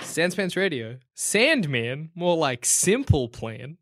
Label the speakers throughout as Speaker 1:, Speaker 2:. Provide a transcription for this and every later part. Speaker 1: Sandspans Radio. Sandman, more like simple plan.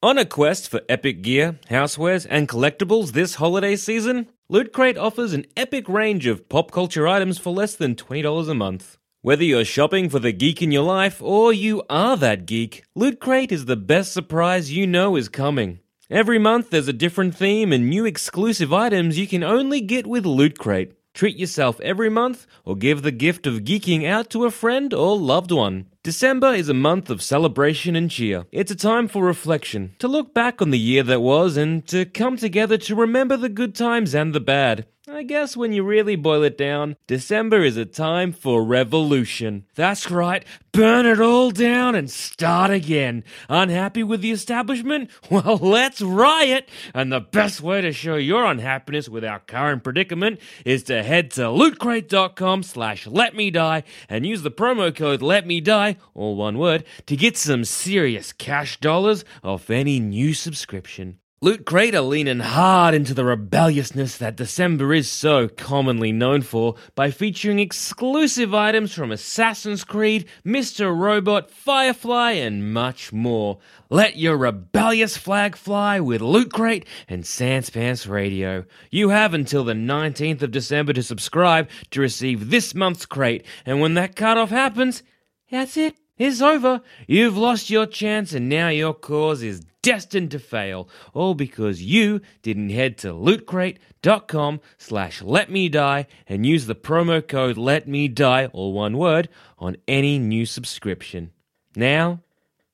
Speaker 2: On a quest for epic gear, housewares, and collectibles this holiday season, Loot Crate offers an epic range of pop culture items for less than $20 a month. Whether you're shopping for the geek in your life or you are that geek, Loot Crate is the best surprise you know is coming. Every month there's a different theme and new exclusive items you can only get with Loot Crate. Treat yourself every month or give the gift of geeking out to a friend or loved one. December is a month of celebration and cheer. It's a time for reflection, to look back on the year that was and to come together to remember the good times and the bad. I guess when you really boil it down, December is a time for revolution. That's right, burn it all down and start again. Unhappy with the establishment? Well, let's riot! And the best way to show your unhappiness with our current predicament is to head to lootcrate.com slash letmedie and use the promo code letmedie, all one word, to get some serious cash dollars off any new subscription. Loot Crate are leaning hard into the rebelliousness that December is so commonly known for by featuring exclusive items from Assassin's Creed, Mr. Robot, Firefly, and much more. Let your rebellious flag fly with Loot Crate and Sanspants Radio. You have until the 19th of December to subscribe to receive this month's crate, and when that cutoff happens, that's it. It's over. You've lost your chance, and now your cause is destined to fail. All because you didn't head to lootcrate.com slash letmedie and use the promo code letmedie, all one word, on any new subscription. Now,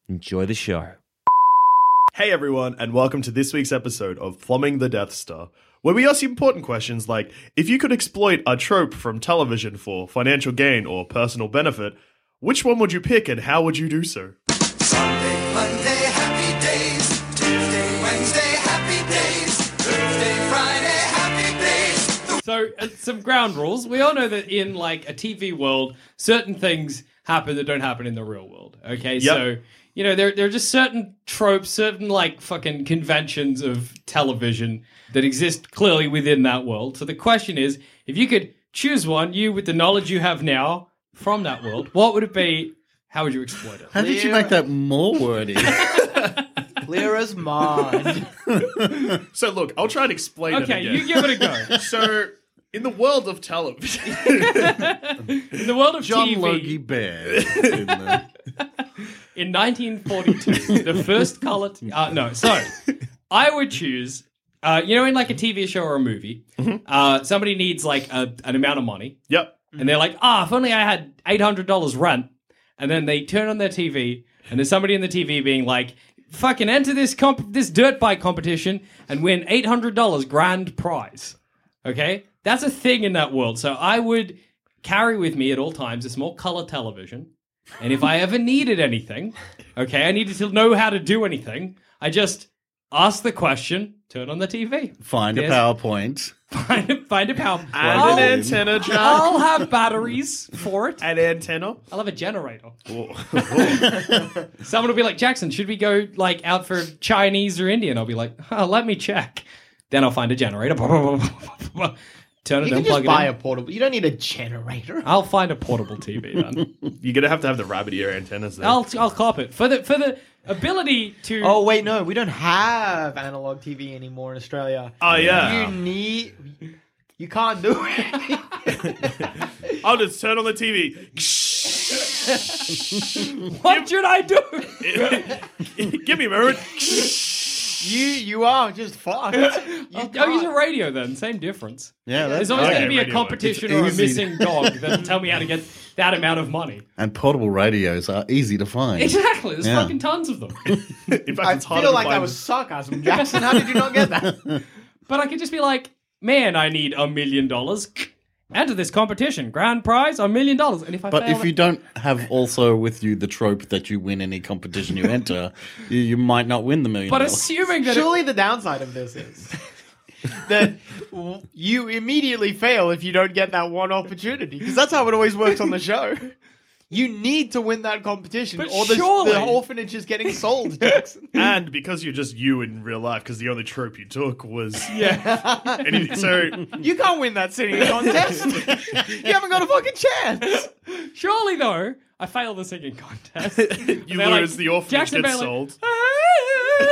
Speaker 2: enjoy the show.
Speaker 3: Hey everyone, and welcome to this week's episode of Plumbing the Death Star, where we ask you important questions like if you could exploit a trope from television for financial gain or personal benefit, which one would you pick and how would you do so?
Speaker 4: Sunday, Monday, happy days. Tuesday, Wednesday, happy days. Thursday, Friday, happy days.
Speaker 1: So, uh, some ground rules. We all know that in like a TV world, certain things happen that don't happen in the real world. Okay, so you know there there are just certain tropes, certain like fucking conventions of television that exist clearly within that world. So the question is, if you could choose one, you with the knowledge you have now from that world, what would it be? How would you exploit it?
Speaker 5: How did you make that more wordy?
Speaker 6: Clear as mud.
Speaker 3: So look, I'll try and explain
Speaker 1: Okay,
Speaker 3: it again.
Speaker 1: you give it a go.
Speaker 3: so in the world of television,
Speaker 1: In the world of
Speaker 5: John
Speaker 1: TV,
Speaker 5: Logie Bear. in the-
Speaker 1: In 1942, the first color. T- uh, no, so I would choose. Uh, you know, in like a TV show or a movie,
Speaker 5: Mm-hmm.
Speaker 1: uh, somebody needs like a, an amount of money,
Speaker 3: yep.
Speaker 1: and they're like, "Ah, if only I had eight hundred dollars rent." And then they turn on their TV, and there's somebody in the TV being like, "Fucking enter this comp- this dirt bike competition and win eight hundred dollars grand prize." Okay, that's a thing in that world. So I would carry with me at all times a small color television, and if I ever needed anything, okay, I needed to know how to do anything, I just ask the question, turn on the TV,
Speaker 5: Find a
Speaker 1: Yes.
Speaker 5: PowerPoint.
Speaker 1: find a, find a power.
Speaker 5: Plug it in.
Speaker 1: I'll have batteries for it.
Speaker 3: An antenna.
Speaker 1: I'll have a generator. Someone will be like, Jackson, should we go like out for Chinese or Indian? I'll be like, oh, let me check. Then I'll find a generator. Turn it
Speaker 6: You can
Speaker 1: on,
Speaker 6: just
Speaker 1: plug
Speaker 6: buy
Speaker 1: it
Speaker 6: a
Speaker 1: in.
Speaker 6: portable. You don't need a generator.
Speaker 1: I'll find a portable TV then.
Speaker 3: You're gonna have to have the rabbit ear antennas. Then.
Speaker 1: I'll I'll cop it for the for the ability to.
Speaker 6: Oh wait, no, we don't have analog TV anymore in Australia.
Speaker 3: Oh yeah.
Speaker 6: You need. You can't do it.
Speaker 3: I'll just turn on the TV.
Speaker 1: what should I do?
Speaker 3: Give me a moment.
Speaker 6: you you are just fucked. You
Speaker 1: I'll, I'll
Speaker 6: can't.
Speaker 1: use a radio then. Same difference.
Speaker 5: Yeah, that's
Speaker 1: There's always
Speaker 3: Okay,
Speaker 1: going to be a
Speaker 3: radio works.
Speaker 1: competition
Speaker 5: It's
Speaker 1: or a
Speaker 5: easy.
Speaker 1: missing dog that'll tell me how to get that amount of money.
Speaker 5: And portable radios are easy to find.
Speaker 1: Exactly. There's
Speaker 5: Yeah.
Speaker 1: fucking tons of them.
Speaker 3: In fact,
Speaker 6: I
Speaker 3: it's harder
Speaker 6: feel
Speaker 3: to
Speaker 6: like that
Speaker 3: find-
Speaker 6: was sarcasm, Jackson. How did you not get that?
Speaker 1: But I could just be like, man, I need a million dollars. Enter this competition. Grand prize a million dollars. And if I
Speaker 5: But
Speaker 1: fail
Speaker 5: if you
Speaker 1: it-
Speaker 5: don't have also with you the trope that you win any competition you enter, you, you might not win the million.
Speaker 1: but
Speaker 5: dollars.
Speaker 1: assuming that it-
Speaker 6: Surely the downside of this is that w- you immediately fail if you don't get that one opportunity. Because that's how it always works on the show. You need to win that competition,
Speaker 1: But
Speaker 6: or the,
Speaker 1: surely-
Speaker 6: the orphanage is getting sold, Jackson.
Speaker 3: And because you're just you in real life, because the only trope you took was yeah. so
Speaker 6: You can't win that singing contest. you haven't got a fucking chance.
Speaker 1: surely though, I fail the singing contest.
Speaker 3: you lose the orphanage gets sold.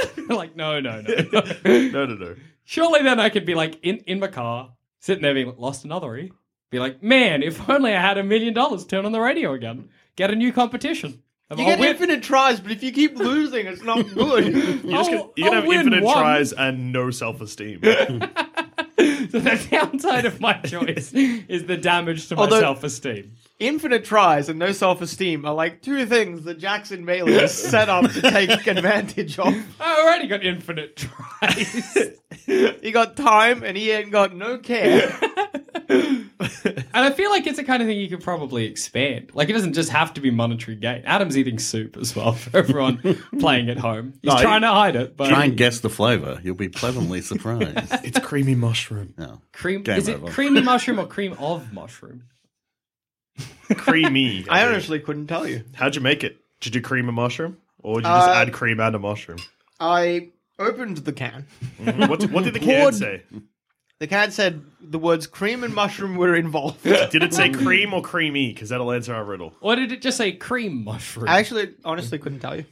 Speaker 1: sold. like no, no, no, no.
Speaker 3: No, no, no.
Speaker 1: Surely then I could be like in in my car, sitting there being like, lost another. Be like, man, if only I had a million dollars, turn on the radio again, get a new competition. And
Speaker 6: You
Speaker 1: I'll
Speaker 6: get
Speaker 1: win-
Speaker 6: infinite tries, but if you keep losing, it's not good.
Speaker 3: You just
Speaker 1: I'll-
Speaker 3: can, you can
Speaker 1: I'll
Speaker 3: have
Speaker 1: win
Speaker 3: infinite
Speaker 1: one.
Speaker 3: tries and no self esteem.
Speaker 1: So the downside of my choice is the damage to my
Speaker 6: Although-
Speaker 1: self esteem.
Speaker 6: Infinite tries and no self esteem are like two things that Jackson Bailey is set up to take advantage of.
Speaker 1: I already got infinite tries.
Speaker 6: He got time and he ain't got no care.
Speaker 1: And I feel like it's the kind of thing you could probably expand. Like it doesn't just have to be monetary gain. Adam's eating soup as well for everyone playing at home. He's trying to hide it, but
Speaker 5: Try and guess the flavor. You'll be pleasantly surprised.
Speaker 3: it's creamy mushroom.
Speaker 5: no.
Speaker 1: cream
Speaker 5: Game
Speaker 1: is it
Speaker 5: over.
Speaker 1: creamy mushroom or cream of mushroom?
Speaker 3: Creamy.
Speaker 6: I honestly couldn't tell you.
Speaker 3: How'd you make it? Did you do cream and mushroom? Or did you just add cream and a mushroom?
Speaker 6: I opened the can.
Speaker 3: What, what did the can
Speaker 6: Poured-
Speaker 3: say?
Speaker 6: The can said the words cream and mushroom were involved.
Speaker 3: Did it say cream or creamy? Because that'll answer our riddle.
Speaker 1: Or did it just say cream mushroom?
Speaker 6: I actually honestly couldn't tell you.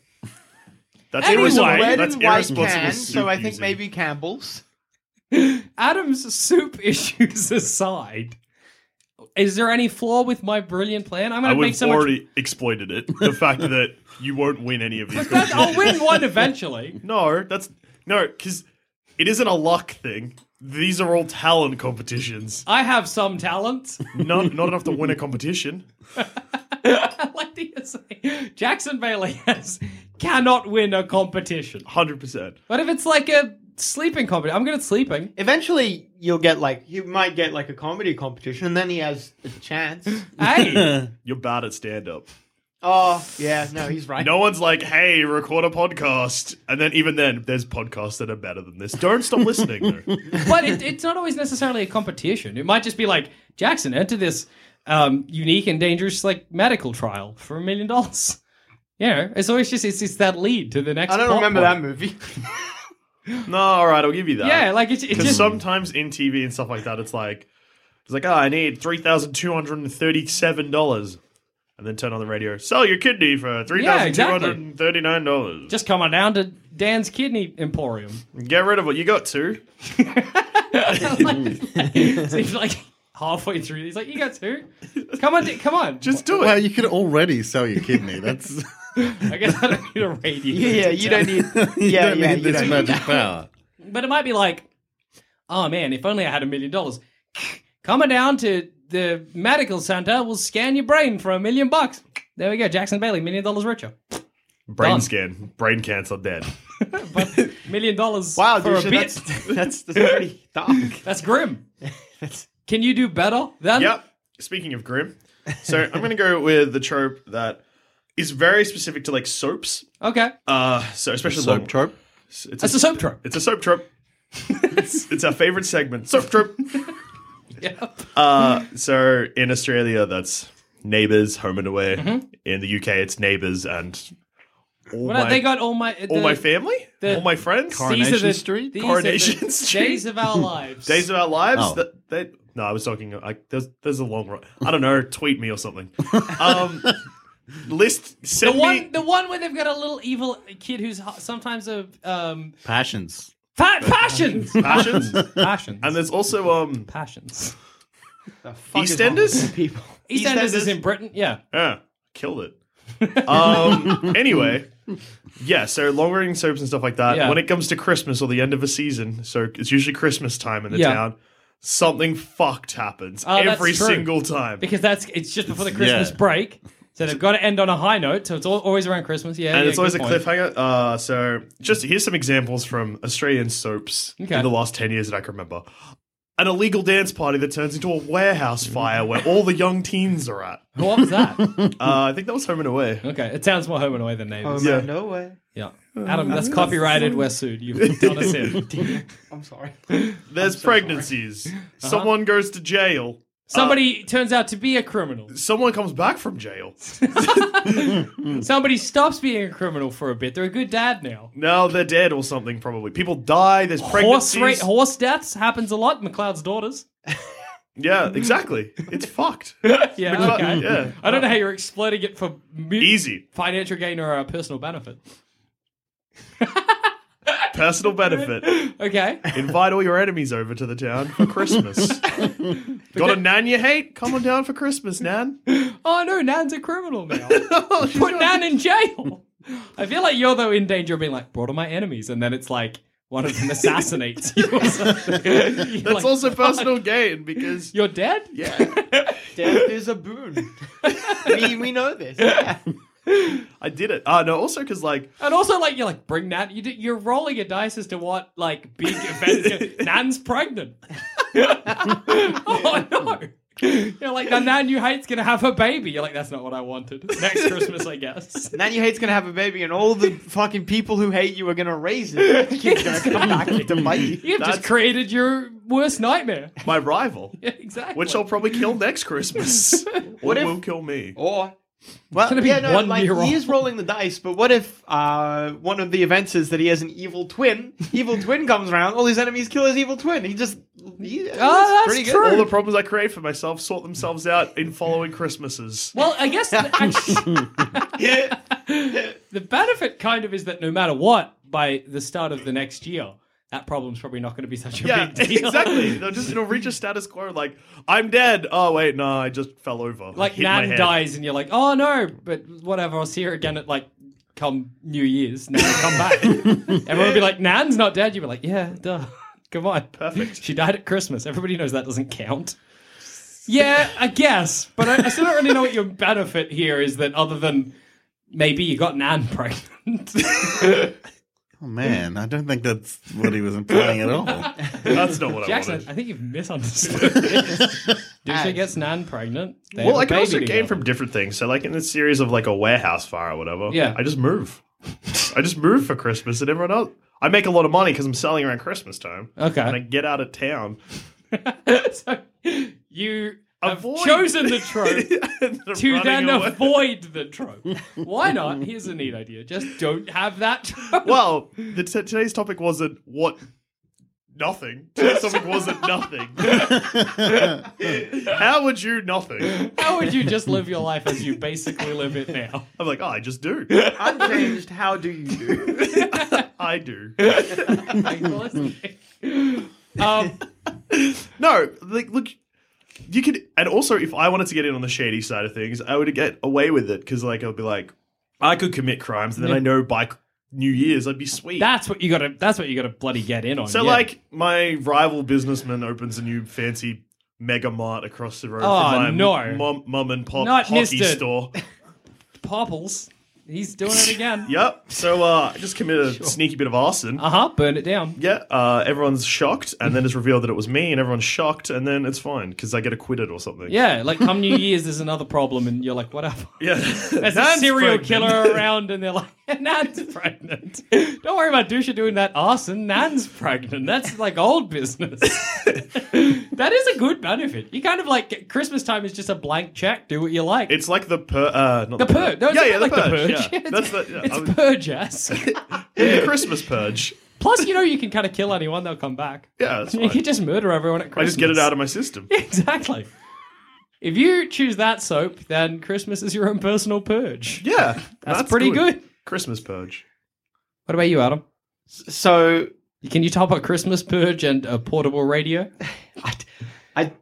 Speaker 3: That's
Speaker 1: Anyway,
Speaker 6: It was a
Speaker 3: irresponsible.
Speaker 6: red
Speaker 3: That's
Speaker 6: and white
Speaker 3: irresponsible.
Speaker 6: can,
Speaker 3: soup
Speaker 6: so I think
Speaker 3: using.
Speaker 6: maybe Campbell's.
Speaker 1: Adam's soup issues aside. Is there any flaw with my brilliant plan? I'm
Speaker 3: I
Speaker 1: gonna
Speaker 3: would
Speaker 1: make
Speaker 3: have
Speaker 1: so much.
Speaker 3: already exploited it. The fact that you won't win any of these.
Speaker 1: That- I'll win one eventually.
Speaker 3: No, that's no, because it isn't a luck thing. These are all talent competitions.
Speaker 1: I have some talent.
Speaker 3: Not not enough to win a competition.
Speaker 1: I like to say Jackson Bailey has cannot win a competition.
Speaker 3: Hundred percent.
Speaker 1: What if it's like a sleeping competition? I'm good at sleeping.
Speaker 6: Eventually, you'll get like you might get like a comedy competition, and then he has a chance.
Speaker 1: Hey,
Speaker 3: You're bad at stand up.
Speaker 6: Oh yeah, no, he's right.
Speaker 3: No one's like, hey, record a podcast. And then even then, there's podcasts that are better than this. Don't stop listening though.
Speaker 1: but it, it's not always necessarily a competition. It might just be like Jackson enter this um, unique and dangerous like medical trial for a million dollars. Yeah, it's always just it's, it's that lead to the next.
Speaker 6: I don't
Speaker 1: plot
Speaker 6: remember
Speaker 1: point.
Speaker 6: that movie.
Speaker 3: No, all right, I'll give you that.
Speaker 1: Yeah, like it's, it's
Speaker 3: Because
Speaker 1: just
Speaker 3: sometimes in TV and stuff like that, it's like, it's like, oh, I need three thousand two hundred and thirty-seven dollars, and then turn on the radio, sell your kidney for three thousand two hundred and thirty-nine dollars.
Speaker 1: just come on down to Dan's Kidney Emporium.
Speaker 3: Get rid of what you got to.
Speaker 1: Seems like halfway through, he's like, "You got two? Come on, come on."
Speaker 3: Just do
Speaker 5: Well,
Speaker 3: it.
Speaker 5: you could already sell your kidney. That's
Speaker 1: I guess I don't need a radio.
Speaker 6: Yeah, yeah, you don't need.
Speaker 5: you
Speaker 6: Yeah,
Speaker 5: don't
Speaker 6: yeah,
Speaker 5: need
Speaker 6: you
Speaker 5: this
Speaker 6: don't need
Speaker 5: magic power.
Speaker 1: But it might be like, oh man, if only I had a million dollars. Coming down to the medical center, we'll scan your brain for a million bucks. There we go, Jackson Bailey, million dollars richer.
Speaker 3: Brain
Speaker 1: Done.
Speaker 3: scan, brain cancer, dead.
Speaker 1: But million dollars
Speaker 6: Wow,
Speaker 1: for
Speaker 6: dude,
Speaker 1: a bit.
Speaker 6: that's, that's that's pretty dark.
Speaker 1: That's grim. Can you do better than?
Speaker 3: yep. Speaking of grim, so I'm gonna go with the trope that is very specific to like soaps.
Speaker 1: Okay.
Speaker 3: Uh, so especially
Speaker 5: Soap
Speaker 3: long-
Speaker 5: trope.
Speaker 3: It's
Speaker 1: That's a soap trope.
Speaker 3: It's a soap trope. it's, it's our favorite segment, soap trope.
Speaker 1: Yep.
Speaker 3: Uh, so in Australia, that's Neighbours, Home and Away.
Speaker 1: Mm-hmm.
Speaker 3: In the UK, it's Neighbours and all
Speaker 1: What
Speaker 3: my,
Speaker 1: have they got all my. The,
Speaker 3: all my family,
Speaker 1: the-
Speaker 3: all my friends,
Speaker 1: these are
Speaker 5: Coronation
Speaker 1: the-
Speaker 5: Street?
Speaker 1: these are
Speaker 3: Coronation
Speaker 1: the
Speaker 3: Street?
Speaker 1: Days of our lives.
Speaker 3: Days of Our Lives.
Speaker 5: Oh.
Speaker 3: That they, no, I was talking. Like, there's there's a long run. I don't know. Tweet me or something. Um, list
Speaker 1: the
Speaker 3: send me.
Speaker 1: one, the one where they've got a little evil kid who's ho- sometimes a um,
Speaker 5: Passions.
Speaker 1: fa- passions,
Speaker 3: Passions.
Speaker 1: passions,
Speaker 3: And there's also um
Speaker 1: passions.
Speaker 6: The fuck is
Speaker 3: EastEnders?
Speaker 6: wrong with you people.
Speaker 1: EastEnders is in Britain. Yeah.
Speaker 3: Yeah, killed it. um, anyway, yeah, so long running soaps and stuff like that.
Speaker 1: Yeah.
Speaker 3: When it comes to Christmas or the end of a season, so it's usually Christmas time in the
Speaker 1: Yeah.
Speaker 3: town, something fucked happens
Speaker 1: Oh, that's
Speaker 3: every
Speaker 1: true.
Speaker 3: single time.
Speaker 1: because that's it's just before the Christmas
Speaker 5: yeah.
Speaker 1: break, so they've got to end on a high note. So it's all, always around Christmas, yeah.
Speaker 3: and
Speaker 1: yeah,
Speaker 3: it's always a
Speaker 1: good point.
Speaker 3: cliffhanger. Uh, so, just here's some examples from Australian soaps
Speaker 1: Okay.
Speaker 3: in the last 10 years that I can remember. an illegal dance party that turns into a warehouse fire where all the young teens are at.
Speaker 1: What was that?
Speaker 3: Uh, I think that was Home and Away.
Speaker 1: okay, it sounds more home and away than neighbors.
Speaker 3: Yeah.
Speaker 6: Oh, No way.
Speaker 1: Yeah. Adam, that's
Speaker 3: uh,
Speaker 1: copyrighted. We're sued. You've done us in.
Speaker 6: I'm sorry.
Speaker 3: There's pregnancies.
Speaker 1: Uh-huh.
Speaker 3: Someone goes to jail. Uh,
Speaker 1: Somebody turns out to be a criminal.
Speaker 3: Someone comes back from jail.
Speaker 1: Somebody stops being a criminal for a bit. They're a good dad now.
Speaker 3: Now they're dead or something, probably. People die. There's
Speaker 1: Horse
Speaker 3: pregnancies.
Speaker 1: ra- horse deaths happens a lot. McLeod's daughters.
Speaker 3: yeah, exactly. It's fucked.
Speaker 1: Yeah, okay.
Speaker 3: yeah.
Speaker 1: I don't know how you're exploiting it for mu-
Speaker 3: Easy.
Speaker 1: financial gain or uh, personal benefit.
Speaker 3: Personal benefit.
Speaker 1: Okay.
Speaker 3: Invite all your enemies over to the town for Christmas. Got a nan you hate? Come on down for Christmas, nan.
Speaker 1: Oh no, Nan's a criminal now.
Speaker 3: Oh,
Speaker 1: Put Nan in jail. I feel like you're though in danger of being like brought on my enemies, and then it's like one of them assassinates you. Or something. You're
Speaker 3: That's
Speaker 1: like,
Speaker 3: also personal gain because
Speaker 1: You're dead.
Speaker 3: yeah,
Speaker 6: Death is a boon. we, we know this. Yeah.
Speaker 3: I did it. Ah, no, also because like
Speaker 1: And also, like you're like bring Nan. You do, you're rolling a dice as to what like big event. Nan's pregnant. oh no. You're like the nan you hate's gonna have her baby. You're like, that's not what I wanted. Next Christmas, I guess.
Speaker 6: Nan you hate's gonna have a baby, and all the fucking people who hate you are gonna raise it. Kid's gonna come back to bite you.
Speaker 1: You've just created your worst nightmare.
Speaker 3: my rival,
Speaker 1: Yeah, exactly.
Speaker 3: which I'll probably kill next Christmas, or
Speaker 6: if-
Speaker 3: will kill me.
Speaker 6: Or well,
Speaker 1: gonna be
Speaker 6: yeah, no,
Speaker 1: one
Speaker 6: like
Speaker 1: year
Speaker 6: he
Speaker 1: old.
Speaker 6: is rolling the dice, but what if uh, one of the events is that he has an evil twin? Evil twin comes around, all his enemies kill his evil twin. He just he,
Speaker 1: Oh, that's true.
Speaker 3: All the problems I create for myself sort themselves out in following Christmases.
Speaker 1: Well, I guess the, actually- the benefit kind of is that no matter what, by the start of the next year, that problem's probably not going to be such a
Speaker 3: Yeah,
Speaker 1: big deal.
Speaker 3: exactly. They'll just it'll reach a status quo. Like I'm dead. Oh wait, no, I just fell over.
Speaker 1: Like
Speaker 3: Hit my
Speaker 1: Nan
Speaker 3: head.
Speaker 1: dies, and you're like, oh no, but whatever. I'll see her again at like come New Year's. Nan will come back. Everyone will be like, Nan's not dead. You'll be like, yeah, duh. Come on.
Speaker 3: Perfect.
Speaker 1: She died at Christmas. Everybody knows that doesn't count. Yeah, I guess, but I, I still don't really know what your benefit here is. That other than maybe you got Nan pregnant.
Speaker 5: Oh, man, I don't think that's what he was implying at all.
Speaker 3: That's not what I
Speaker 1: Jackson,
Speaker 3: wanted.
Speaker 1: I think you've misunderstood. Dusha gets Nan pregnant. They
Speaker 3: Well, I
Speaker 1: have a
Speaker 3: can also
Speaker 1: baby
Speaker 3: gain
Speaker 1: together.
Speaker 3: from different things. So, like in the series of like a warehouse fire or whatever,
Speaker 1: Yeah.
Speaker 3: I just move. I just move for Christmas and everyone else. I make a lot of money because I'm selling around Christmas time.
Speaker 1: Okay.
Speaker 3: and I get out of town.
Speaker 1: so you have
Speaker 3: Avoid-
Speaker 1: chosen the trope
Speaker 3: And I'm
Speaker 1: to
Speaker 3: running
Speaker 1: then
Speaker 3: away.
Speaker 1: avoid the trope. Why not? Here's a neat idea. Just don't have that trope.
Speaker 3: Well, the t- today's topic wasn't what. Nothing. Today's topic wasn't nothing. How would you nothing?
Speaker 1: How would you just live your life as you basically live it now?
Speaker 3: I'm like, oh, I just do.
Speaker 6: unchanged. How do you do?
Speaker 3: I do.
Speaker 1: Like, well, let's- um,
Speaker 3: No, like look, you could, and also if I wanted to get in on the shady side of things, I would get away with it because like I'd be like, I could commit crimes, and then I know by c- New Year's I'd be sweet.
Speaker 1: that's what you gotta. That's what you gotta bloody get in on.
Speaker 3: so
Speaker 1: yeah.
Speaker 3: like my rival businessman opens a new fancy mega mart across the road
Speaker 1: Oh,
Speaker 3: from my
Speaker 1: no.
Speaker 3: mum, mum and pop
Speaker 1: Not
Speaker 3: hockey
Speaker 1: Mr.
Speaker 3: store.
Speaker 1: Popples, he's doing it again.
Speaker 3: yep. So uh, I just commit a sneaky bit of arson.
Speaker 1: Uh huh. Burn it down.
Speaker 3: yeah, uh, everyone's shocked, and then it's revealed that it was me, and everyone's shocked, and then it's fine because I get acquitted or something.
Speaker 1: Yeah, like come New Year's, there's another problem, and you're like, whatever.
Speaker 3: yeah.
Speaker 1: There's a serial killer around, and they're like, Nan's pregnant. Don't worry about Dusha doing that arson. Nan's pregnant. That's like old business. that is a good benefit. You kind of like Christmas time is just a blank check. Do what you like.
Speaker 3: It's like the per, uh, not
Speaker 1: the purge. No, it's
Speaker 3: yeah,
Speaker 1: not
Speaker 3: yeah,
Speaker 1: like
Speaker 3: the purge. Yeah.
Speaker 1: It's,
Speaker 3: That's the, yeah, I was-
Speaker 1: it's purge-esque.
Speaker 3: the Christmas purge.
Speaker 1: Plus, you know, you can kind of kill anyone; they'll come back.
Speaker 3: Yeah, that's
Speaker 1: You
Speaker 3: fine.
Speaker 1: can just murder everyone at
Speaker 3: I
Speaker 1: Christmas.
Speaker 3: just get it out of my system.
Speaker 1: Exactly. If you choose that soap, then Christmas is your own personal purge.
Speaker 3: Yeah,
Speaker 1: That's pretty good.
Speaker 3: Christmas purge.
Speaker 1: What about you, Adam?
Speaker 6: So
Speaker 1: Can you top a Christmas purge and a portable radio?
Speaker 6: I, I,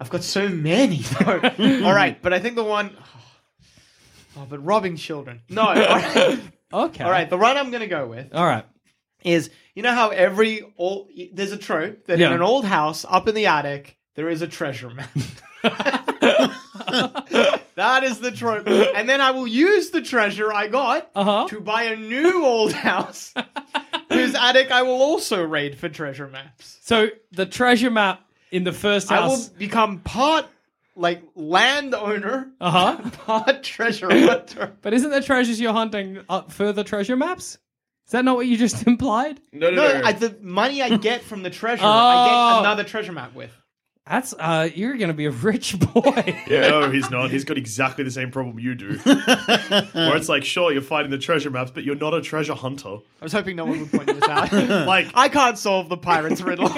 Speaker 6: I've got so many. though. all right, but I think the one. Oh, but robbing children. No. All right,
Speaker 1: Okay.
Speaker 6: all right, the one I'm going to go with
Speaker 1: All right.
Speaker 6: is you know how every old there's a trope that
Speaker 1: Yeah.
Speaker 6: in an old house up in the attic there is a treasure map. that is the trope, and then I will use the treasure I got
Speaker 1: Uh-huh.
Speaker 6: to buy a new old house whose attic I will also raid for treasure maps.
Speaker 1: So the treasure map in the first
Speaker 6: I will
Speaker 1: house.
Speaker 6: become part like landowner,
Speaker 1: Uh huh.
Speaker 6: part treasure hunter.
Speaker 1: But isn't the treasures you're hunting uh, further treasure maps? Is that not what you just implied?
Speaker 3: No, no,
Speaker 6: No,
Speaker 3: no.
Speaker 6: I, the money I get from the treasure,
Speaker 1: Oh.
Speaker 6: I get another treasure map with.
Speaker 1: That's uh, you're gonna be a rich boy.
Speaker 3: Yeah, no, he's not. He's got exactly the same problem you do. Where it's like, sure, you're finding the treasure maps, but you're not a treasure hunter.
Speaker 6: I was hoping no one would point this out.
Speaker 3: Like,
Speaker 6: I can't solve the pirates riddle.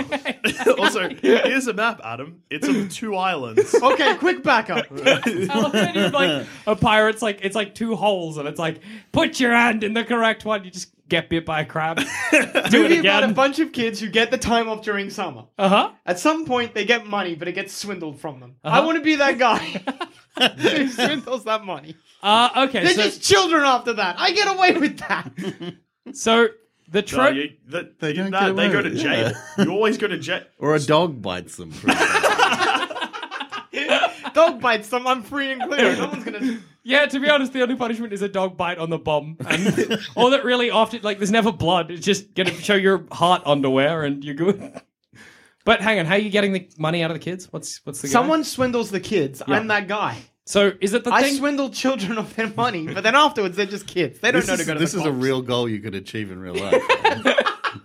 Speaker 3: also, here's a map, Adam. It's of two islands.
Speaker 1: Oh,
Speaker 6: okay, quick backup.
Speaker 1: I love that he's like a pirate's like it's like two holes and it's like put your hand in the correct one. You just get bit by a crab. Do it
Speaker 6: Movie about a
Speaker 1: again.
Speaker 6: bunch of kids who get the time off during summer.
Speaker 1: Uh huh.
Speaker 6: At some point, they get money, but it gets swindled from them.
Speaker 1: Uh-huh.
Speaker 6: I want to be that guy who swindles that money.
Speaker 1: Uh okay.
Speaker 6: They're
Speaker 1: so,
Speaker 6: just children after that. I get away with that.
Speaker 1: so the
Speaker 3: No,
Speaker 1: trope.
Speaker 3: you- that-
Speaker 5: They don't
Speaker 3: that-
Speaker 5: get
Speaker 3: they go
Speaker 5: away
Speaker 3: to
Speaker 5: with it.
Speaker 3: jail. You always go to jail.
Speaker 5: Or a dog bites them. for example.
Speaker 6: Dog bites them. I'm free and clear. No one's gonna.
Speaker 1: Yeah, to be honest, the only punishment is a dog bite on the bum, and all that really often like there's never blood. It's just gonna show your heart underwear, and you're good. But hang on, how are you getting the money out of the kids? What's what's the go?
Speaker 6: Someone swindles the kids. I'm that guy.
Speaker 1: So is it the
Speaker 6: I
Speaker 1: thing?
Speaker 6: swindle children of their money, but then afterwards they're just kids. They don't
Speaker 5: this
Speaker 6: know
Speaker 5: is,
Speaker 6: to go to
Speaker 5: this
Speaker 6: the
Speaker 5: is a
Speaker 6: cops.
Speaker 5: real goal you could achieve in real life.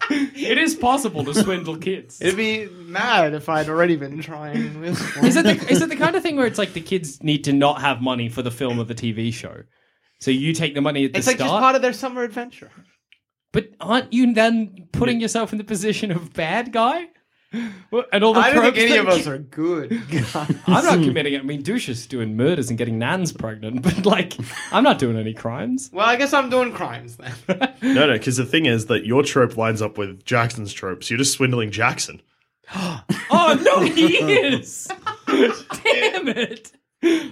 Speaker 1: it is possible to swindle kids.
Speaker 6: It'd be mad if I'd already been trying. This one.
Speaker 1: Is it, the, is it the kind of thing where it's like the kids need to not have money for the film or the TV show? So you take the money at the
Speaker 6: It's like
Speaker 1: start,
Speaker 6: just part of their summer adventure.
Speaker 1: but aren't you then putting yourself in the position of bad guy? Well, And all the
Speaker 6: I don't think
Speaker 1: tropes
Speaker 6: any
Speaker 1: that-
Speaker 6: of us are good. guys.
Speaker 1: I'm not committing it. I mean, Douche's doing murders and getting nans pregnant, but like, I'm not doing any crimes.
Speaker 6: well, I guess I'm doing crimes then.
Speaker 3: No, no, because the thing is that your trope lines up with Jackson's trope, so you're just swindling Jackson.
Speaker 1: Oh no, he is! Damn it!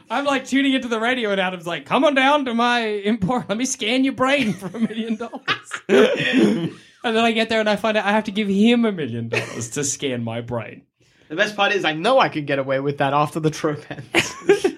Speaker 1: I'm like tuning into the radio, and Adam's like, "Come on down to my import. Let me scan your brain for a million dollars." And then I get there, and I find out I have to give him a million dollars to scan my brain.
Speaker 6: The best part is I know I could get away with that after the trope ends.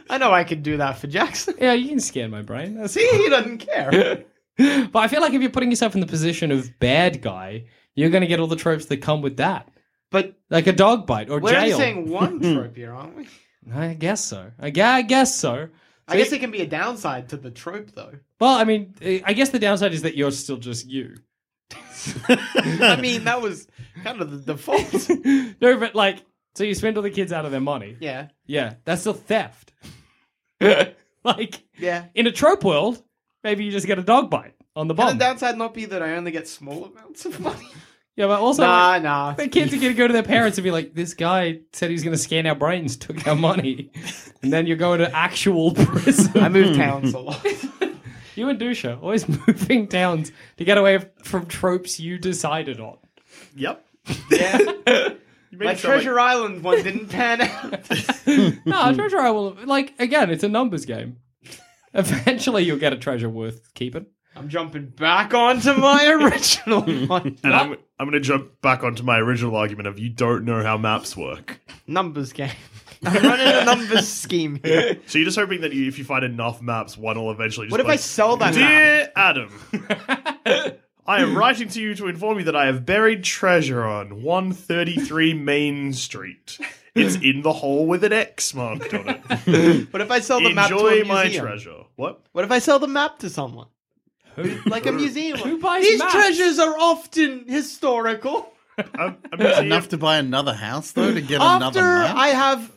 Speaker 6: I know I could do that for Jackson.
Speaker 1: Yeah, you can scan my brain. That's
Speaker 6: See, he doesn't care.
Speaker 1: But I feel like if you're putting yourself in the position of bad guy, you're going to get all the tropes that come with that,
Speaker 6: But
Speaker 1: like a dog bite or
Speaker 6: we're
Speaker 1: jail.
Speaker 6: only saying one trope here, aren't we?
Speaker 1: I guess so. I guess, I guess so.
Speaker 6: I guess it can be a downside to the trope, though.
Speaker 1: Well, I mean, eh, I guess the downside is that you're still just you.
Speaker 6: I mean, that was kind of the default.
Speaker 1: No, but like, so you swindle the kids out of their money.
Speaker 6: Yeah.
Speaker 1: Yeah, that's still theft. like,
Speaker 6: Yeah.
Speaker 1: in a trope world, maybe you just get a dog bite on the
Speaker 6: Can
Speaker 1: bum.
Speaker 6: the downside not be that I only get small amounts of money?
Speaker 1: yeah, but also,
Speaker 6: nah,
Speaker 1: like,
Speaker 6: nah.
Speaker 1: the kids are going to go to their parents and be like, this guy said he's going to scan our brains, took our money. and then you're going to actual prison.
Speaker 6: I move towns a lot.
Speaker 1: you and Dusha always moving towns to get away from tropes you decided on.
Speaker 3: Yep.
Speaker 6: Yeah.
Speaker 3: You made
Speaker 6: My
Speaker 3: it sound like-
Speaker 6: Treasure Island one didn't pan out.
Speaker 1: No,
Speaker 6: Hmm.
Speaker 1: treasure I will like again, it's a numbers game. Eventually you'll get a treasure worth keeping.
Speaker 6: I'm jumping back onto my original one.
Speaker 3: and I'm, I'm going to jump back onto my original argument of you don't know how maps work.
Speaker 6: Numbers game. I'm running a numbers scheme here.
Speaker 3: So you're just hoping that you, if you find enough maps, one will eventually just
Speaker 6: What if
Speaker 3: be
Speaker 6: I
Speaker 3: like,
Speaker 6: sell that
Speaker 3: Dear
Speaker 6: map?
Speaker 3: Adam, I am writing to you to inform you that I have buried treasure on 133 Main Street. It's in the hole with an X marked on it.
Speaker 6: What if I sell the map to a
Speaker 3: Enjoy
Speaker 6: museum?
Speaker 3: my treasure. What?
Speaker 6: What if I sell the map to someone? Like a museum.
Speaker 1: Who buys
Speaker 6: These
Speaker 1: maps?
Speaker 6: treasures are often historical.
Speaker 3: A, a museum?
Speaker 5: Enough to buy another house though to get
Speaker 6: After
Speaker 5: another map.
Speaker 6: I have,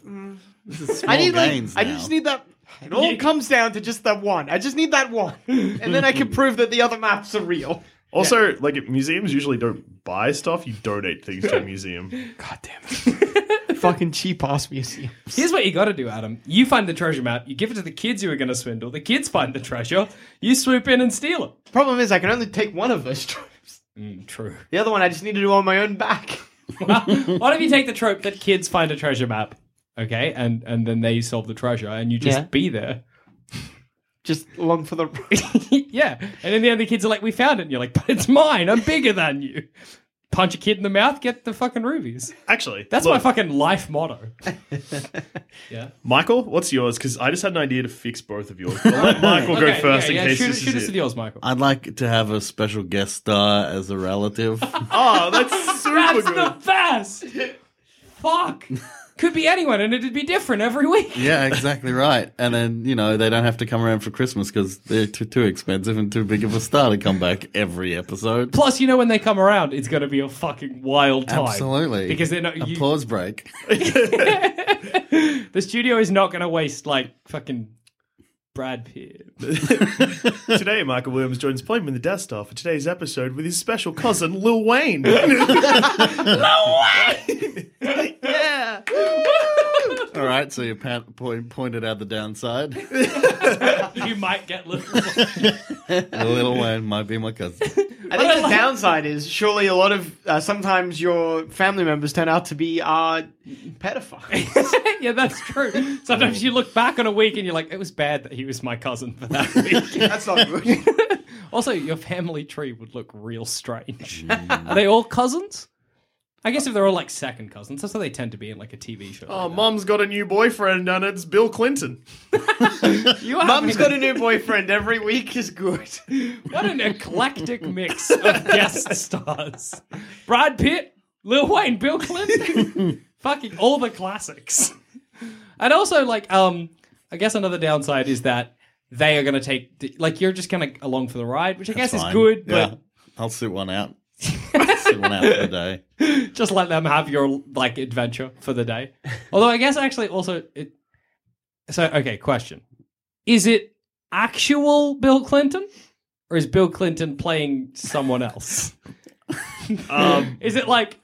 Speaker 5: This is small
Speaker 6: I need like,
Speaker 5: gains
Speaker 6: I
Speaker 5: now.
Speaker 6: just need that. It all comes down to just that one. I just need that one, and then I can prove that the other maps are real.
Speaker 3: Also, like museums usually don't buy stuff; you donate things to a museum.
Speaker 6: God damn it! Fucking cheap ass museum.
Speaker 1: Here's what you gotta do, Adam. You find the treasure map, you give it to the kids you were gonna swindle, the kids find the treasure, you swoop in and steal it.
Speaker 6: Problem is, I can only take one of those trips.
Speaker 1: True.
Speaker 6: The other one I just need to do on my own back.
Speaker 1: Well, why don't you take the trope that kids find a treasure map? Okay, and, and then they solve the treasure and you just
Speaker 6: Yeah.
Speaker 1: be there.
Speaker 6: Just along for the ride.
Speaker 1: yeah. And in the end the kids are like, We found it and you're like, But it's mine, I'm bigger than you. Punch a kid in the mouth, get the fucking rubies.
Speaker 3: Actually,
Speaker 1: That's
Speaker 3: look,
Speaker 1: my fucking life motto. yeah.
Speaker 3: Michael, what's yours? Because I just had an idea to fix both of yours. I'll let Michael go
Speaker 1: Okay,
Speaker 3: first
Speaker 1: yeah, yeah,
Speaker 3: in case
Speaker 1: shoot,
Speaker 3: this
Speaker 1: shoot us
Speaker 3: is
Speaker 1: with
Speaker 3: it.
Speaker 1: yours, Michael.
Speaker 5: I'd like to have a special guest star as a relative.
Speaker 3: Oh, that's super
Speaker 1: That's
Speaker 3: good.
Speaker 1: the best. fuck? Could be anyone, and it'd be different every week.
Speaker 5: Yeah, exactly right. And then, you know, they don't have to come around for Christmas because they're too, too expensive and too big of a star to come back every episode.
Speaker 1: Plus, you know when they come around, it's going to be a fucking wild time.
Speaker 5: Absolutely.
Speaker 1: because they're not.
Speaker 5: A
Speaker 1: You,
Speaker 5: pause break.
Speaker 1: the studio is not going to waste like fucking Brad Pitt.
Speaker 3: Today, Michael Williams joins Plumbing the Death Star for today's episode with his special cousin, Lil Wayne.
Speaker 5: All right, so you pa- point, pointed out the downside.
Speaker 1: You might get little.
Speaker 5: Little Wayne might be my cousin.
Speaker 6: I think the downside is surely a lot of uh, sometimes your family members turn out to be uh, pedophiles.
Speaker 1: yeah, that's true. Sometimes you look back on a week and you're like, it was bad that he was my cousin for that week.
Speaker 6: That's not good.
Speaker 1: also, your family tree would look real strange.
Speaker 3: Mm.
Speaker 1: Are they all cousins? I guess if they're all like second cousins, that's how they tend to be in like a TV show.
Speaker 3: oh, mum's got a new boyfriend, and it's Bill Clinton.
Speaker 1: you have
Speaker 6: Mum's got a new boyfriend every week is good.
Speaker 1: what an eclectic mix of guest stars: Brad Pitt, Lil Wayne, Bill Clinton, fucking all the classics. And also, like, um, I guess another downside is that they are going to take, like, you're just kind of along for the ride, which I guess is
Speaker 5: Fine.
Speaker 1: good,
Speaker 5: Yeah.
Speaker 1: but
Speaker 5: I'll sit one out. sit one out for the day.
Speaker 1: just let them have your like adventure for the day. Although I guess actually also it. So okay, question: Is it actual Bill Clinton, or is Bill Clinton playing someone else?
Speaker 3: Um,
Speaker 1: Is it like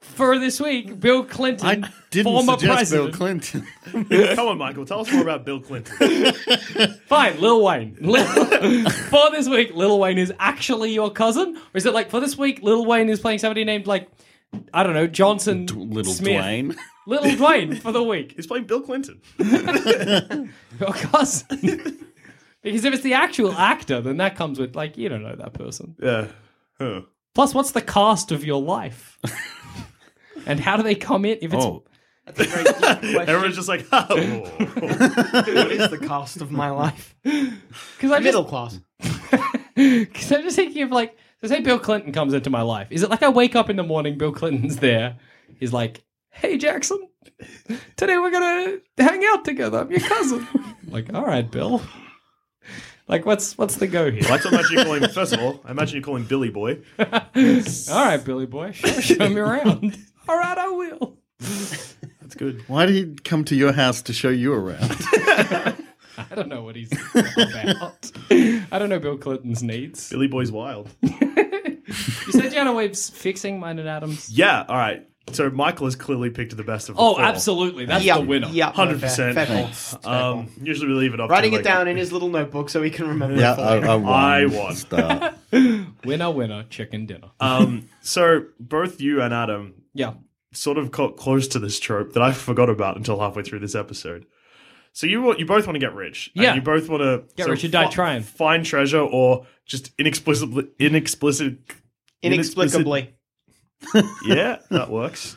Speaker 1: for this week, Bill
Speaker 5: I
Speaker 1: Clinton,
Speaker 5: didn't
Speaker 1: former
Speaker 5: suggest
Speaker 1: president?
Speaker 5: Bill Clinton.
Speaker 3: come on, Michael, tell us more about Bill Clinton.
Speaker 1: Fine, Lil Wayne. Lil- for this week, Lil Wayne is actually your cousin, or is it like for this week, Lil Wayne is playing somebody named like I don't know Johnson,
Speaker 5: Little
Speaker 1: Smith.
Speaker 5: Dwayne.
Speaker 1: Little Dwayne for the week.
Speaker 3: He's playing Bill Clinton.
Speaker 1: your cousin. because if it's the actual actor, then that comes with like you don't know that person.
Speaker 3: Yeah. Huh.
Speaker 1: Plus, what's the cast of your life? and how do they come in? If it's
Speaker 5: Oh,
Speaker 3: Everyone's just like, oh.
Speaker 6: What is the cost of my life?
Speaker 1: because I
Speaker 6: Middle class.
Speaker 1: because I'm just thinking of like so say Bill Clinton comes into my life. Is it like I wake up in the morning, Bill Clinton's there? He's like, "Hey Jackson, today we're gonna hang out together. I'm your cousin." like, all right, Bill. Like, what's what's the go here?
Speaker 3: That's what I imagine you call him. First of all, I imagine you call him Billy Boy.
Speaker 1: All right, Billy boy, show, show me around. all right, I will.
Speaker 3: That's good.
Speaker 5: why did he come to your house to show you around?
Speaker 1: I don't know what he's about. I don't know Bill Clinton's needs.
Speaker 3: Billy Boy's wild.
Speaker 1: You said Jana Waves fixing mine and Adams.
Speaker 3: Yeah, all right. So Michael has clearly picked the best of the
Speaker 1: Oh,
Speaker 3: four.
Speaker 1: absolutely. That's
Speaker 6: Yeah,
Speaker 1: the winner.
Speaker 6: yeah,
Speaker 3: 100%.
Speaker 6: fair- fair call.
Speaker 3: Um, usually we leave it up.
Speaker 6: Writing
Speaker 3: to, like,
Speaker 6: it down in his little notebook so he can remember.
Speaker 5: yeah,
Speaker 6: it for
Speaker 5: I,
Speaker 6: later.
Speaker 5: I won.
Speaker 3: I won.
Speaker 5: Star.
Speaker 1: Winner, winner, chicken dinner.
Speaker 3: Um, so both you and Adam
Speaker 1: yeah.
Speaker 3: sort of got close to this trope that I forgot about until halfway through this episode. So you wa- you both want to get rich. and
Speaker 1: Yeah.
Speaker 3: you both want to
Speaker 1: Get rich or die trying.
Speaker 3: Find treasure or just inexplicably inexplicit.
Speaker 6: Inexplicably.
Speaker 3: yeah, that works.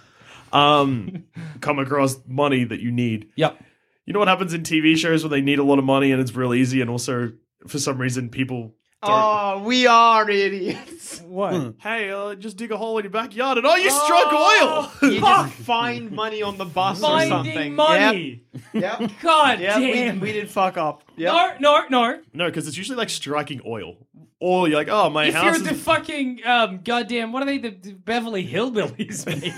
Speaker 3: Um, come across money that you need.
Speaker 1: Yep.
Speaker 3: You know what happens in TV shows when they need a lot of money and it's real easy, and also for some reason people. Don't.
Speaker 6: Oh, we are idiots.
Speaker 1: What?
Speaker 3: Hey, uh, just dig a hole in your backyard, and oh, you struck oil.
Speaker 6: You just find money on the bus or
Speaker 1: Finding
Speaker 6: something.
Speaker 1: money.
Speaker 6: Yep. Yep.
Speaker 1: God
Speaker 6: yep.
Speaker 1: damn.
Speaker 6: We, we did fuck up. Yep.
Speaker 1: No, no, no.
Speaker 3: no, because it's usually like striking oil, or you're like, oh, my
Speaker 1: If
Speaker 3: house
Speaker 1: you're
Speaker 3: is
Speaker 1: the fucking um, goddamn, what are they? The, the Beverly Hillbillies, maybe.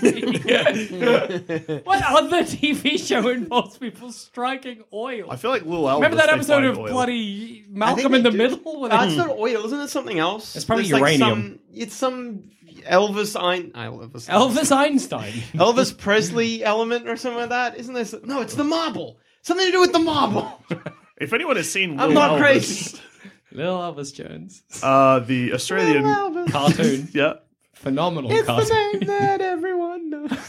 Speaker 1: what other TV show involves people striking oil?
Speaker 3: I feel like Lil Al.
Speaker 1: Remember
Speaker 3: does
Speaker 1: that
Speaker 3: they
Speaker 1: episode
Speaker 3: find
Speaker 1: of
Speaker 3: oil.
Speaker 1: bloody
Speaker 6: I think
Speaker 1: Malcolm
Speaker 6: they
Speaker 1: in the
Speaker 6: do.
Speaker 1: Middle? Where
Speaker 6: Uh,
Speaker 1: they-
Speaker 6: it's not oil, isn't it? Something else.
Speaker 1: It's probably
Speaker 6: There's, like,
Speaker 1: uranium.
Speaker 6: some- it's some Elvis Ein. I Elvis.
Speaker 1: Elvis Einstein.
Speaker 6: Elvis Presley element or something like that. Isn't this? No, it's the marble. Something to do with the marble.
Speaker 3: If anyone has seen, Lil
Speaker 6: I'm not
Speaker 3: Elvis,
Speaker 6: crazy.
Speaker 1: Little Elvis Jones.
Speaker 3: Uh, the Australian.
Speaker 6: Elvis.
Speaker 1: Cartoon.
Speaker 3: yeah.
Speaker 1: Phenomenal
Speaker 6: It's the
Speaker 1: cartoon.
Speaker 6: name that everyone knows.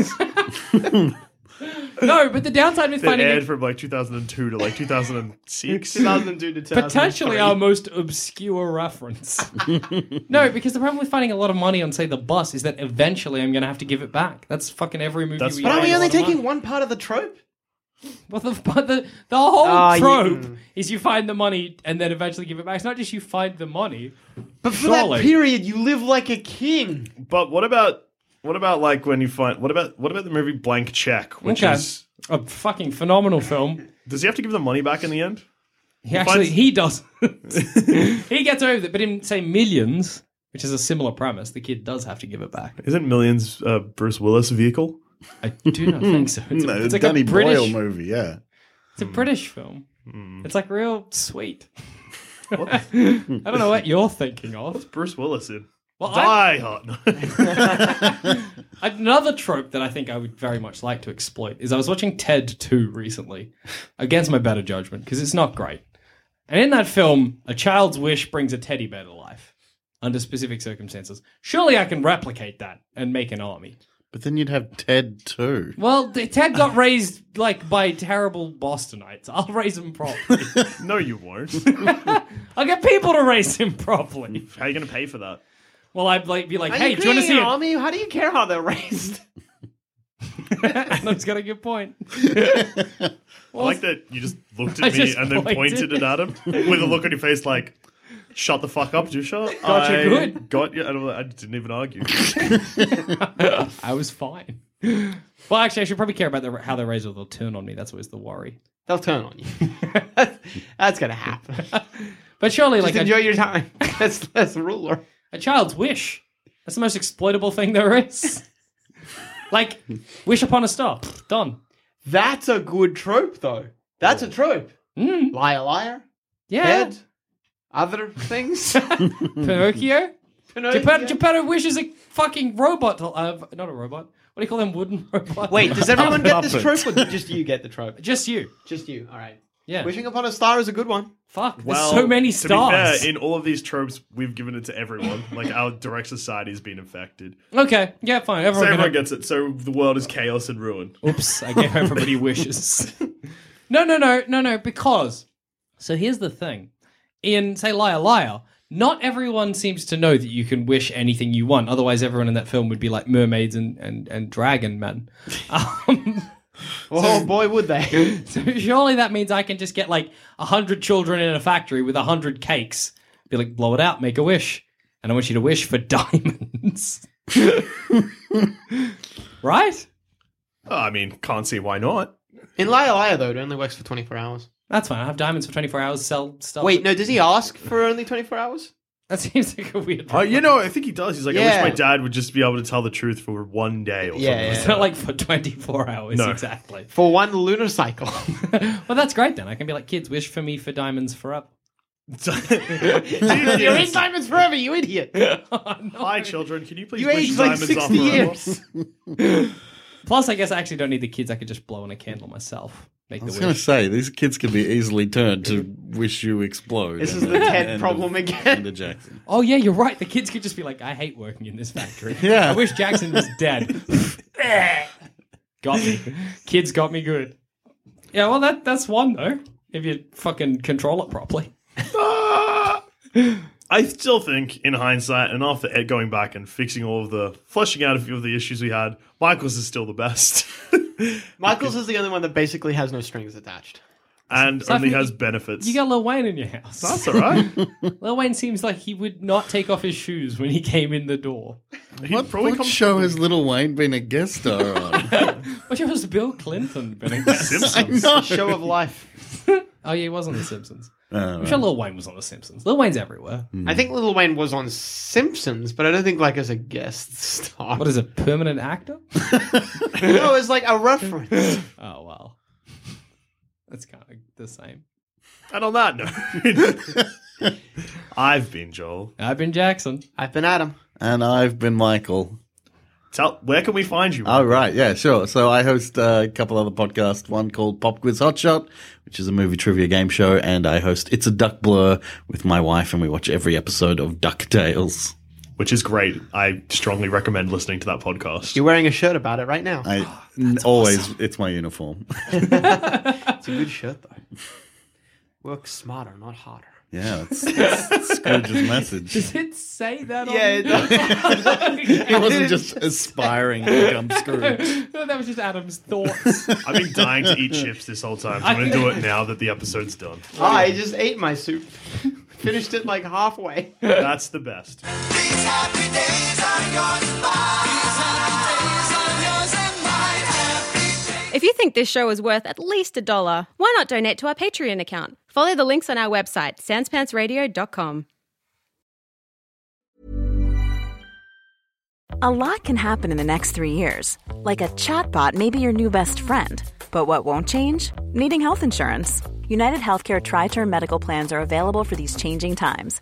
Speaker 1: No, but the downside with
Speaker 3: That
Speaker 1: finding
Speaker 3: aired
Speaker 1: it,
Speaker 3: from like 2002 to like 2006.
Speaker 6: 2002 to 2003.
Speaker 1: potentially our most obscure reference. no, because the problem with finding a lot of money on, say, the bus is that eventually I'm going to have to give it back. That's fucking every movie
Speaker 3: That's
Speaker 1: we
Speaker 3: fine.
Speaker 6: But are
Speaker 1: own
Speaker 6: we
Speaker 1: a
Speaker 6: only
Speaker 1: lot of
Speaker 6: taking
Speaker 1: money.
Speaker 6: one part of the trope?
Speaker 1: Well, the, but the, the whole
Speaker 6: Ah, you-
Speaker 1: trope
Speaker 6: mm.
Speaker 1: is you find the money and then eventually give it back. It's not just you find the money.
Speaker 6: But for
Speaker 1: Surely.
Speaker 6: that period, you live like a king.
Speaker 3: But what about What about like when you find what about what about the movie Blank Check, which
Speaker 1: Okay.
Speaker 3: is
Speaker 1: A fucking phenomenal film.
Speaker 3: does he have to give the money back in the end?
Speaker 1: He actually
Speaker 3: finds-
Speaker 1: he does. he gets away with it, but in say millions, which is a similar premise, the kid does have to give it back.
Speaker 3: Isn't Millions uh, Bruce Willis vehicle?
Speaker 1: I do not think so. It's, a-
Speaker 7: No,
Speaker 1: it's
Speaker 7: it's
Speaker 1: like
Speaker 7: Danny
Speaker 1: a British,
Speaker 7: Boyle movie, yeah.
Speaker 1: It's a British film. It's like real sweet. I don't know what you're thinking of.
Speaker 3: Bruce Willis in
Speaker 1: Well, I,
Speaker 3: Die Hard.
Speaker 1: another trope that I think I would very much like to exploit is I was watching Ted 2 recently, against my better judgment, because it's not great. And in that film, a child's wish brings a teddy bear to life under specific circumstances. Surely I can replicate that and make an army.
Speaker 5: But then you'd have Ted too.
Speaker 1: Well, the- Ted got raised like by terrible Bostonites. I'll raise him properly.
Speaker 3: no, you won't.
Speaker 1: I'll get people to raise him properly.
Speaker 3: How are you going to pay for that?
Speaker 1: Well, I'd like be like,
Speaker 6: Are
Speaker 1: hey, do you want to see
Speaker 6: an
Speaker 1: it?
Speaker 6: army? How do you care how they're raised?
Speaker 1: That's got a good point.
Speaker 3: I like that you just looked
Speaker 1: I
Speaker 3: at me
Speaker 1: just
Speaker 3: and then
Speaker 1: pointed.
Speaker 3: pointed it at him with a look on your face like, shut the fuck up, Dusha.
Speaker 1: Got you
Speaker 3: I
Speaker 1: good."
Speaker 3: Got you. I, don't- I didn't even argue.
Speaker 1: I was fine. Well, actually, I should probably care about the, how they raise or they'll turn on me. That's always the worry.
Speaker 6: They'll turn on you. That's gonna happen. Just
Speaker 1: But surely, like
Speaker 6: enjoy
Speaker 1: a,
Speaker 6: your time. That's that's the ruler.
Speaker 1: a child's wish, that's the most exploitable thing there is. like, wish upon a star. Done.
Speaker 6: That's a good trope, though. That's a trope.
Speaker 1: Mm,
Speaker 6: Liar, liar.
Speaker 1: yeah.
Speaker 6: Ted. Other things.
Speaker 1: Pinocchio.
Speaker 6: Pinocchio.
Speaker 1: Geppetto, Geppetto wishes a fucking robot. To, uh, not a robot. What do you call them? Wooden robot.
Speaker 6: Wait, does everyone get this
Speaker 5: Puppets.
Speaker 6: trope, or just you get the trope?
Speaker 1: just you.
Speaker 6: Just you. All right.
Speaker 1: Yeah.
Speaker 6: Wishing upon a star is a good one.
Speaker 1: Fuck. there's so many stars.
Speaker 3: To be fair, in all of these tropes, we've given it to everyone. Like, our direct society's been infected.
Speaker 1: okay. Yeah. Fine.
Speaker 3: So
Speaker 1: Everyone. can
Speaker 3: everyone
Speaker 1: have-
Speaker 3: gets it. So the world is chaos and ruin.
Speaker 1: Oops, I gave everybody wishes. No, no, no, no, no, because. So here's the thing. In, say, Liar Liar, not everyone seems to know that you can wish anything you want. Otherwise, everyone in that film would be like mermaids and, and, and dragon men. Um,
Speaker 6: Oh boy, would they?
Speaker 1: so surely that means I can just get like 100 children in a factory with 100 cakes. Be like, blow it out, make a wish. And I want you to wish for diamonds. right?
Speaker 3: Oh, I mean, can't see why not.
Speaker 6: In Liar Liar though, it only works for twenty four hours.
Speaker 1: That's fine. I have diamonds for 24 hours, sell stuff.
Speaker 6: Wait, no, does he ask for only twenty four hours?
Speaker 1: That seems like a weird.
Speaker 3: Oh, you know, I think he does. He's like,
Speaker 6: Yeah.
Speaker 3: I wish my dad would just be able to tell the truth for one day or something.
Speaker 6: Yeah,
Speaker 1: It's not like for 24 hours
Speaker 3: No.
Speaker 1: exactly.
Speaker 6: For one lunar cycle.
Speaker 1: well, that's great then. I can be like, kids, wish for me for diamonds forever.
Speaker 6: You're in diamonds forever, you idiot.
Speaker 3: Hi, children. Can you please
Speaker 6: You
Speaker 3: wish
Speaker 6: aged like
Speaker 3: diamonds off
Speaker 6: sixty
Speaker 3: forever?
Speaker 6: years.
Speaker 1: Plus, I guess I actually don't need the kids. I could just blow on a candle myself. Make
Speaker 5: I was
Speaker 1: the
Speaker 5: going to
Speaker 1: wish.
Speaker 5: say these kids can be easily turned to wish you explode.
Speaker 6: This
Speaker 5: at
Speaker 6: is the Ted
Speaker 5: end
Speaker 6: problem
Speaker 5: of
Speaker 6: again.
Speaker 5: Peter Jackson.
Speaker 1: Oh yeah, you're right. The kids could just be like, I hate working in this factory.
Speaker 5: Yeah.
Speaker 1: I wish Jackson was dead. got me. Kids got me good. Yeah, well that that's one though. If you fucking control it properly.
Speaker 3: I still think, in hindsight, and after Ed going back and fixing all of the, fleshing out a few of the issues we had, Michael's is still the best.
Speaker 6: Michael's is the only one that basically has no strings attached.
Speaker 3: and
Speaker 1: So I
Speaker 3: only
Speaker 1: think
Speaker 3: has
Speaker 1: you-
Speaker 3: benefits.
Speaker 1: You got Lil Wayne in your house.
Speaker 3: That's all right.
Speaker 1: Lil Wayne seems like he would not take off his shoes when he came in the door.
Speaker 3: He'd
Speaker 5: What,
Speaker 3: probably
Speaker 5: what
Speaker 3: come
Speaker 5: show has Little Wayne been a guest star on?
Speaker 1: Which was Bill Clinton been in this?
Speaker 3: Simpsons.
Speaker 6: A show of life.
Speaker 1: Oh yeah, he was on The Simpsons.
Speaker 6: Oh,
Speaker 1: I'm sure Lil Wayne was on The Simpsons. Lil Wayne's everywhere.
Speaker 6: I think Lil Wayne was on Simpsons, but I don't think like as a guest star.
Speaker 1: What is a permanent actor?
Speaker 6: no, it's like a reference.
Speaker 1: Oh well, that's kind of the same.
Speaker 3: And on that note, I've been Joel.
Speaker 1: I've been Jackson.
Speaker 6: I've been Adam.
Speaker 5: and I've been Michael.
Speaker 3: Tell where can we find you?
Speaker 5: Oh, right. Yeah, sure. So I host uh, a couple other podcasts, one called Pop Quiz Hotshot, which is a movie trivia game show, and I host It's a Duck Blur with my wife, and we watch every episode of DuckTales.
Speaker 3: Which is great. I strongly recommend listening to that podcast.
Speaker 6: You're wearing a shirt about it right now.
Speaker 5: I always, it's my uniform.
Speaker 6: It's a good shirt though. Work smarter, not harder.
Speaker 5: yeah, that's, that's Scrooge's message.
Speaker 1: Does it say that?
Speaker 6: Yeah, it does.
Speaker 1: on...
Speaker 5: He wasn't just aspiring to become Scrooge.
Speaker 1: No, that was just Adam's thoughts.
Speaker 3: I've been dying to eat chips this whole time. So I'm going to do it now that the episode's done.
Speaker 6: Ah, I just ate my soup. Finished it like halfway.
Speaker 3: That's the best.
Speaker 4: These happy days are gone by. These happy
Speaker 7: If you think this show is worth at least a dollar, why not donate to our Patreon account? Follow the links on our website, sanspantsradio.com.
Speaker 8: A lot can happen in the next three years. Like a chatbot may be your new best friend. But what won't change? Needing health insurance. United Healthcare Tri Term Medical Plans are available for these changing times.